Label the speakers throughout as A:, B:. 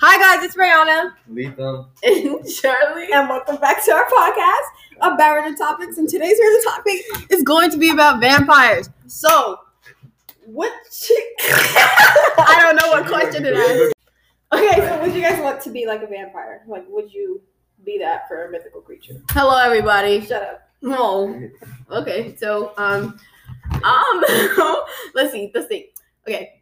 A: Hi guys, it's Rayana
B: Lethal.
A: and Charlie, and welcome back to our podcast about random topics. And today's random topic is going to be about vampires. So, what? you- I don't know what question it is.
C: Okay, so would you guys want to be like a vampire? Like, would you be that for a mythical creature?
A: Hello, everybody.
C: Shut up.
A: No. Okay. So um um let's see, let's see. Okay.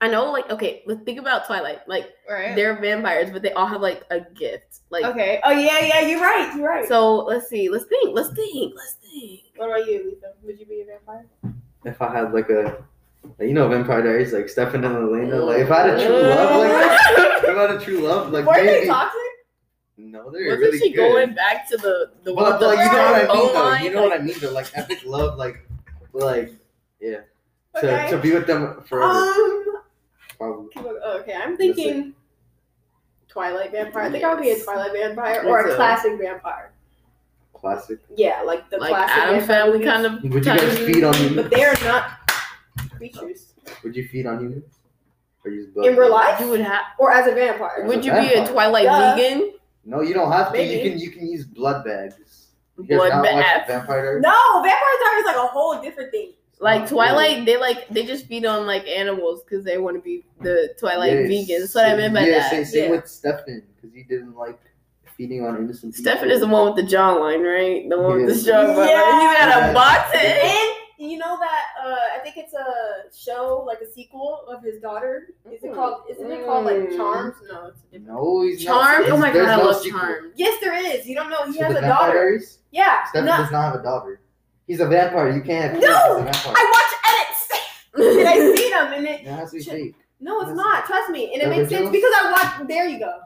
A: I know like okay, let's think about Twilight. Like
C: Right.
A: they're vampires, but they all have like a gift. Like
C: Okay. Oh yeah, yeah. You're right. You're right. So,
A: so let's see, let's think, let's think, let's think.
C: what about you, Lisa? Would you be a vampire?
B: If I had like a, like, you know, Vampire Diaries, like Stefan and Elena. Like if I had a true love like that, if I had a true love like
C: Weren't they
B: maybe.
C: toxic?
B: No, they're
A: Wasn't
B: really
A: she
B: good.
A: going back to the the one
B: But
A: with
B: like,
A: the
B: you know what I
A: bone
C: Oh
B: mean, though.
A: line?
B: You know what
A: Like,
B: I mean, though. Like epic love, like, like, yeah.
C: Okay.
B: To, to be with them forever,
C: Um.
B: probably.
C: Okay, I'm thinking Twilight vampire. I think I would be a
A: Yes.
C: Twilight vampire
A: Me
C: or
A: too.
C: a classic vampire.
B: Classic.
C: Yeah, like the
A: like
C: classic
A: Adam
C: vampire
A: Family
C: movies.
A: kind of
B: Would you guys
A: Tiny,
B: feed on
C: But
B: humans?
C: they are not creatures.
B: Would you feed on humans? Or use blood?
C: In real life,
A: you would have
C: or as a vampire.
A: would you be a
B: Vampire.
A: Twilight
C: Duh.
A: vegan?
B: No, you don't have to. You
C: Maybe.
B: can you can use blood bags. You guys
A: Blood
B: not watch
A: bath.
B: Vampire Diaries?
C: No, vampire diary is like a whole different thing.
A: Like Twilight, they like they just feed on like animals because they want to be the Twilight vegans. That's what I meant by
B: yeah,
A: that.
B: Same, same
C: yeah.
B: with Stefan because he didn't like feeding on innocent.
A: Stefan
B: people.
A: is the one with the jawline, right? The one with the
B: Yeah.
A: jawline. Yeah. He had
B: Yeah.
A: a button.
C: And you know that uh, I think it's a show, like a sequel of his daughter. Is
A: Hmm.
C: it called? Isn't it called like
A: Mm.
C: Charms? No, it's a different.
B: No, he's
A: Charmed.
B: Not,
A: Oh my god,
B: there's
A: I
B: no
A: love
B: sequel.
A: Charmed.
C: Yes, there is. You don't know he
B: To
C: has
B: the
C: a
B: Vampire
C: daughter.
B: Diaries?
C: Yeah.
B: Stefan
C: No,
B: does not have a daughter. He's a vampire. You can't. have
C: No!
B: kids. He's a vampire.
C: I watch edits and I see them, and it.
B: It has to be
C: Sh-
B: fake.
C: No, it's
B: That's-
C: not. Trust me, and it
B: The
C: makes sense
B: original?
C: because I watch. There you go.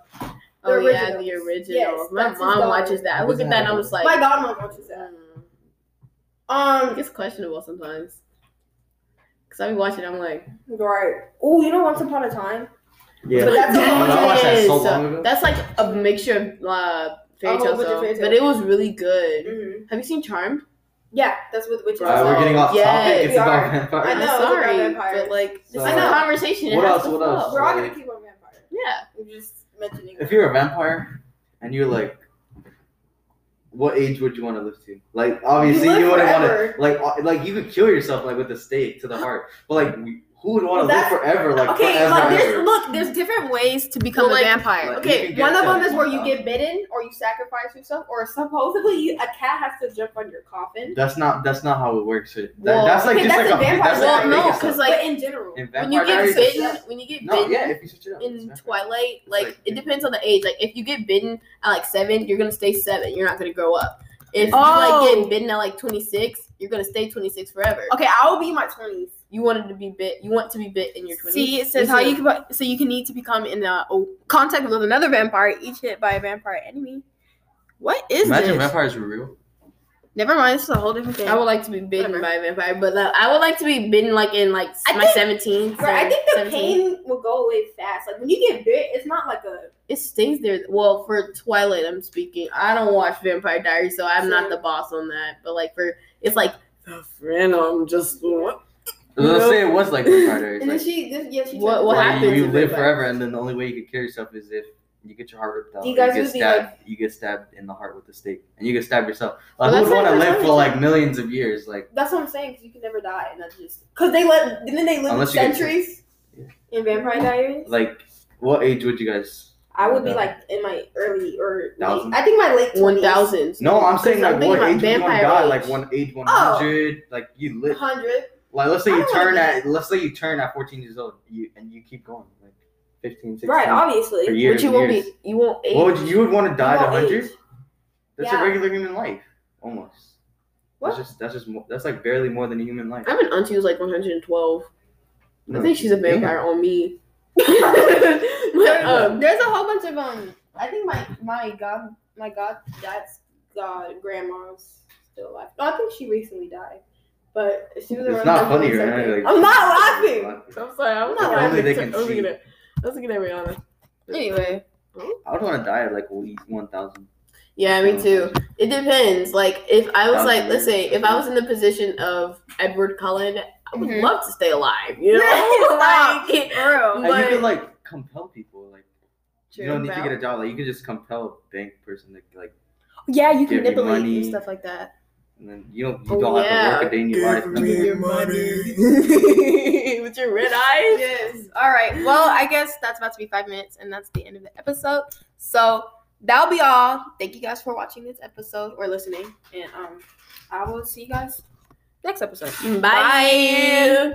A: oh
C: The
A: yeah, the
C: originals.
A: original.
C: Yes,
A: My
C: that's his
A: mom
C: daughter.
A: watches that. I
B: He
A: look at
B: doesn't
A: that and
B: have
A: I'm
B: a
A: just like,
C: My godmom watches that.
A: mm, it
C: Um.
A: gets questionable sometimes. Cause I be watching, I'm like,
C: Right. Oh, you know, Once Upon a Time.
B: Yeah.
C: But that's-
B: I watched that so
A: Yes.
B: long ago.
A: That's like a mixture of uh, fairy
C: A whole
A: tale
C: bunch of
A: stuff,
C: fairy tales.
A: but it was really good.
C: hmm
A: Have you seen Charmed?
C: Yeah, that's what witches.
B: Uh, Mm-hmm. we're getting off
A: Yes.
B: topic. It's
C: We are.
B: about
C: I
A: I'm
B: vampires.
C: know. it's about
A: sorry,
C: vampires.
A: but like this
B: So-
A: is a conversation. it
B: Uh, What
A: has
B: else?
A: to
B: What else?
C: We're
A: flow.
C: all gonna keep on vampire.
A: Yeah,
C: I'm just mentioning.
B: If you're a vampire and you're like, what age would you want to live to? Like, obviously,
C: You
B: you,
C: live
B: wouldn't want to.
C: forever.
B: Like, uh, like you could kill yourself like with a stake to the heart. But like, who would want to live
C: That's-
B: forever? Like,
C: okay,
B: forever.
C: like
B: ever?
C: there's look, there's different ways to become
A: Well, like-
C: a vampire.
B: Like, you
C: okay,
B: can get
C: one of
B: them.
C: them is where you get bitten or you sacrifice yourself, or supposedly you, a cat has to jump on your coffin.
B: That's not that's not how it works. That-
A: Well,
B: that's like
C: okay,
B: just
C: that's a
B: like a,
C: vampire
B: that's like
A: well,
C: diaries.
B: a
A: no,
B: Vegas
A: because
B: stuff.
C: but
A: like
C: in general,
B: In
A: when
B: Vampire
A: you get
B: Diaries,
A: bitten,
B: it's-
A: when you get
B: no,
A: bitten
B: yeah, if you switch it up, it's
A: in
B: vampire.
A: Twilight, like
B: like-
A: it depends on the age. Like if you get bitten at like seven, you're gonna stay seven. You're not gonna grow up. If you
C: Oh.
A: like get bitten at like 26, you're gonna stay 26 forever.
C: okay, I will be in my twenties.
A: You wanted to be bit. You want to be bit in your 20s.
C: See, it says
A: Me
C: how
A: too.
C: you can, so you can need to become in uh, oh, contact with another vampire, each hit by a vampire enemy. What is
B: Imagine
C: this?
B: vampires were real.
C: Never mind, this is a whole different thing.
A: I would like to be bitten
C: Whatever.
A: by a vampire, but like, I would like to be bitten like in like
C: I
A: my
C: think-
A: 17.
C: Bro, I think the
A: 17.
C: pain will go away fast. Like when you get bit, it's not like a
A: it stays there. Well, for Twilight, I'm speaking. I don't watch Vampire Diaries, so I'm not
C: Same.
A: the boss on that. But like for it's like the phantom just what
B: Let's
A: Nope.
B: say it was like vampire diaries.
C: And then
B: Like,
C: she, this, yeah, she.
A: What-
C: turns
A: what
B: where
C: into-
A: happens
B: You
A: if
B: live
A: it-
B: forever, and then the only way you can kill yourself is if you get your heart ripped out.
C: You guys
B: get
C: would be
B: stabbed. you get stabbed in the heart with a stake, and you get stabbed yourself. Like,
A: Well,
B: who
A: that's
B: would want to
A: not-
B: live
A: that's
B: for
A: not-
B: like millions of years? Like,
C: That's what I'm saying. Cause you can never die, and that's just because they let didn't they live
B: Unless you get
C: centuries
B: sick.
C: in Vampire Diaries?
B: like what age would you guys?
C: I would be
B: Yeah.
C: like in my early or late,
B: Thousand?
C: I think my late 20s.
A: one thousand?
B: No, I'm saying
A: I'm
B: like
A: thinking
B: what
A: about
B: age would you want to
A: vampire
B: die?
A: age. Oh.
B: Like one age one hundred. Like you live.
C: hundred.
B: Like let's say
C: I
B: you
C: don't wanna
B: turn
C: be-
B: at let's say you turn at 14 years old, you and you keep going like 15, 16
C: Right,
B: for
C: obviously.
B: years.
A: but you
B: and
A: won't
B: years.
A: be. You won't age.
B: What would you, you would want to die
C: You
B: at
C: won't
B: 100?
C: age.
B: That's
C: Yeah.
B: a regular human life, almost.
C: What?
B: That's just that's just mo- that's like barely more than a human life.
A: I have an auntie who's like 112.
B: No.
A: I think she's a vampire on me. but,
C: There's,
A: um,
C: there's a whole bunch of um. I think my my god my god dad's god grandma's still alive. No, I think she recently died, but she was.
B: It's
C: around
B: not funny,
C: 100 something.
B: right? Like,
C: I'm not laughing.
A: I'm sorry. I'm
C: If
A: not
C: only
A: laughing.
B: they
A: so-
B: can
A: I was
B: see.
A: looking at. I was looking at Rihanna.
C: Anyway,
B: I would want to die at like one thousand.
A: Yeah, me too. It depends. Like if I was like,
B: Thousand
A: let's say,
B: years.
A: if I was in the position of Edward Cullen, I would
B: Mm-hmm.
C: Mhm.
A: love to stay alive. You know,
C: Stop.
A: like
C: for real.
B: And you
A: But-
B: could like compel people, like
C: True.
B: you don't need to
C: bro.
B: get a job. Like you could just compel a bank person to like,
C: yeah, you can
B: give me
C: manipulate and
B: money.
C: stuff like that.
B: and then you don't you
C: Oh,
B: don't have to
C: yeah.
B: work a day in your life.
D: Give
B: nothing.
D: me-
C: your
D: money.
C: With your red eyes.
A: Yes.
C: All right. Well, I guess that's about to be five minutes, and that's the end of the episode. So that'll be all. Thank you guys for watching this episode or listening.
A: And um, I will see you guys
C: Next episode.
A: Bye.